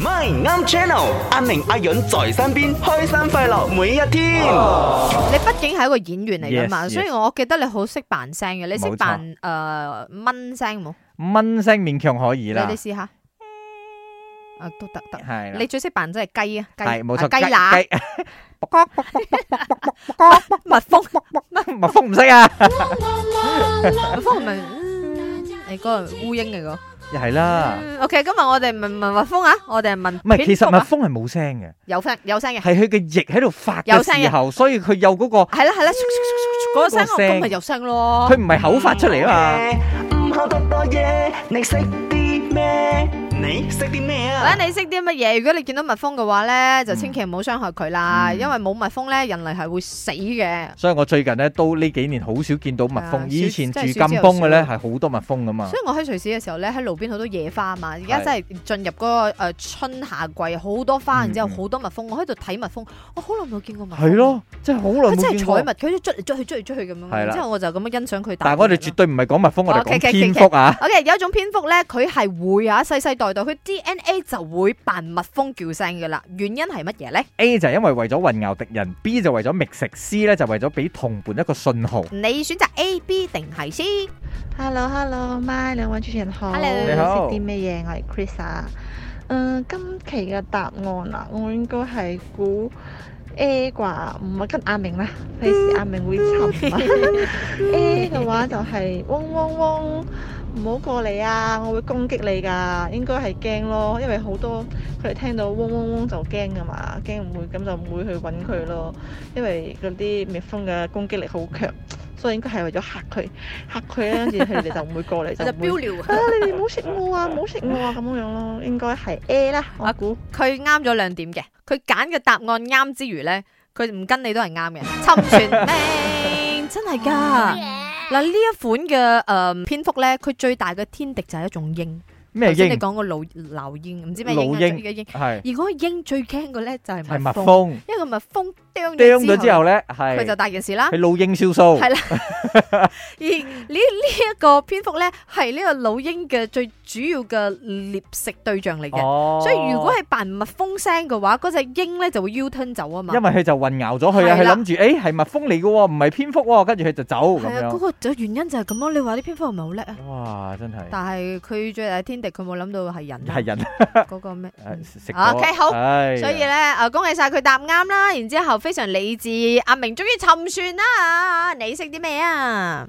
My 啱 Channel，阿明阿潤在身邊，開心快樂每一天。你畢竟係一個演員嚟噶嘛 Yes, yes. 所以我記得你好識扮聲嘅，你識冇錯扮誒蚊聲冇？蚊聲勉強可以你啦，你試下，啊都得得。係啦你，最識扮真係雞啊，雞係冇錯，啊雞乸， 雞蜜蜂，蜜蜂唔識啊，蜜蜂係咪？嗯你嗰個烏蠅嚟噶又係啦， ？OK，今日我哋唔係問蜜蜂啊，我哋係問唔係其蝙實蝠蜜啊蜂係冇聲嘅，有聲有聲嘅，係佢嘅翼喺度發有聲嘅嘅時候，所以佢有嗰個係啦係啦，嗰個聲我咁咪有聲咯佢。唔係口發出嚟啊嘛，唔好得多嘢，你識啲咩？你識啲咩或啊？者你識啲乜嘢？如果你見到蜜蜂嘅話咧，就千祈唔好傷害佢啦，嗯因為冇蜜蜂咧，人類係會死嘅。所以我最近咧都呢幾年好少見到蜜啊蜂，以前住少金真係少之又崩嘅咧少係好多蜜蜂噶嘛所，以我喺瑞士嘅時候咧，喺路邊好多野花啊嘛，而家係真係進入嗰個誒春夏季，好多花，嗯然之後嗯好多蜜蜂，我喺度睇蜜蜂，我好耐冇見過蜜蜂。係，咯，真係好佢耐真冇係見採過蜜，。佢捉嚟捉去，捉嚟捉去咁樣。係啦然之後我就咁樣欣賞佢。但係我哋絕。對唔係講蜜蜂，我哋哦，OK，講 OK，OK，蝙蝠啊。 O.K. 有一種蝙蝠咧，佢係會啊，世世代代佢 D.N.A. 就會扮蜜蜂叫聲噶啦。原因係乜嘢咧？ A 就係因為為咗混淆敵人，B 就為咗覓食，C 咧就為咗俾同伴一個信號。你選擇 A、B 定係 C？ Hello Hello，My 兩位主持人好。 Hello 你好識啲咩嘢？我係 Chris 啊。嗯，今期嘅答案啊，我應該係估 A 啩，唔係跟阿明啦，費事阿明會沉啊。A 嘅話就係嗡嗡嗡，唔好過嚟啊，我會攻擊你㗎。應該係驚咯，因為好多佢哋聽到嗡嗡嗡就驚㗎嘛，驚唔會咁就唔會去揾佢咯，因為嗰啲蜜蜂嘅攻擊力好強，所以應該係為咗嚇佢。嚇佢咧，跟住佢哋就唔會過嚟，就唔會撩啊！你哋唔好食我啊，唔好食我啊咁樣樣咯，應該係 A 啦，我估。佢啱咗兩點嘅，佢揀嘅答案啱之餘咧，佢唔跟你都係 啱嘅，侵權命真係 Oh 噶。嗱呢一款嘅誒、呃蝙蝠咧，佢最大嘅天敵就係一種鷹。咩頭先你鷹？講個老老鷹，唔知咩老鷹啊，鷹嘅鷹。係而嗰個鷹最驚嘅咧就係係蜜蜜蜂，蜂。因為佢蜜蜂啄啄咗之後後，咧，佢就係大件事啦佢。老鷹燒鬚係。啦，而呢呢一個蝙蝠咧係呢個老鷹嘅最主要嘅獵食對象嚟嘅。哦，所以如果係扮蜜蜂聲嘅話，嗰只鷹咧就會 U turn 走啊嘛。因為佢就混淆咗佢啊，係佢啦諗住誒係蜜蜂嚟嘅喎，唔係蝙蝠喎，跟住佢就走咁係啊，嗰樣。個就原因就係咁咯。你話啲蝙蝠係咪好叻啊？哇！真係但係佢最大天敵，佢冇諗到係人啊。係人嗰個咩？嗯食食啊 OK，好所所以咧，啊恭喜晒佢答啱啦，然之後非常理智，阿明終於沉船啦，你識啲咩啊？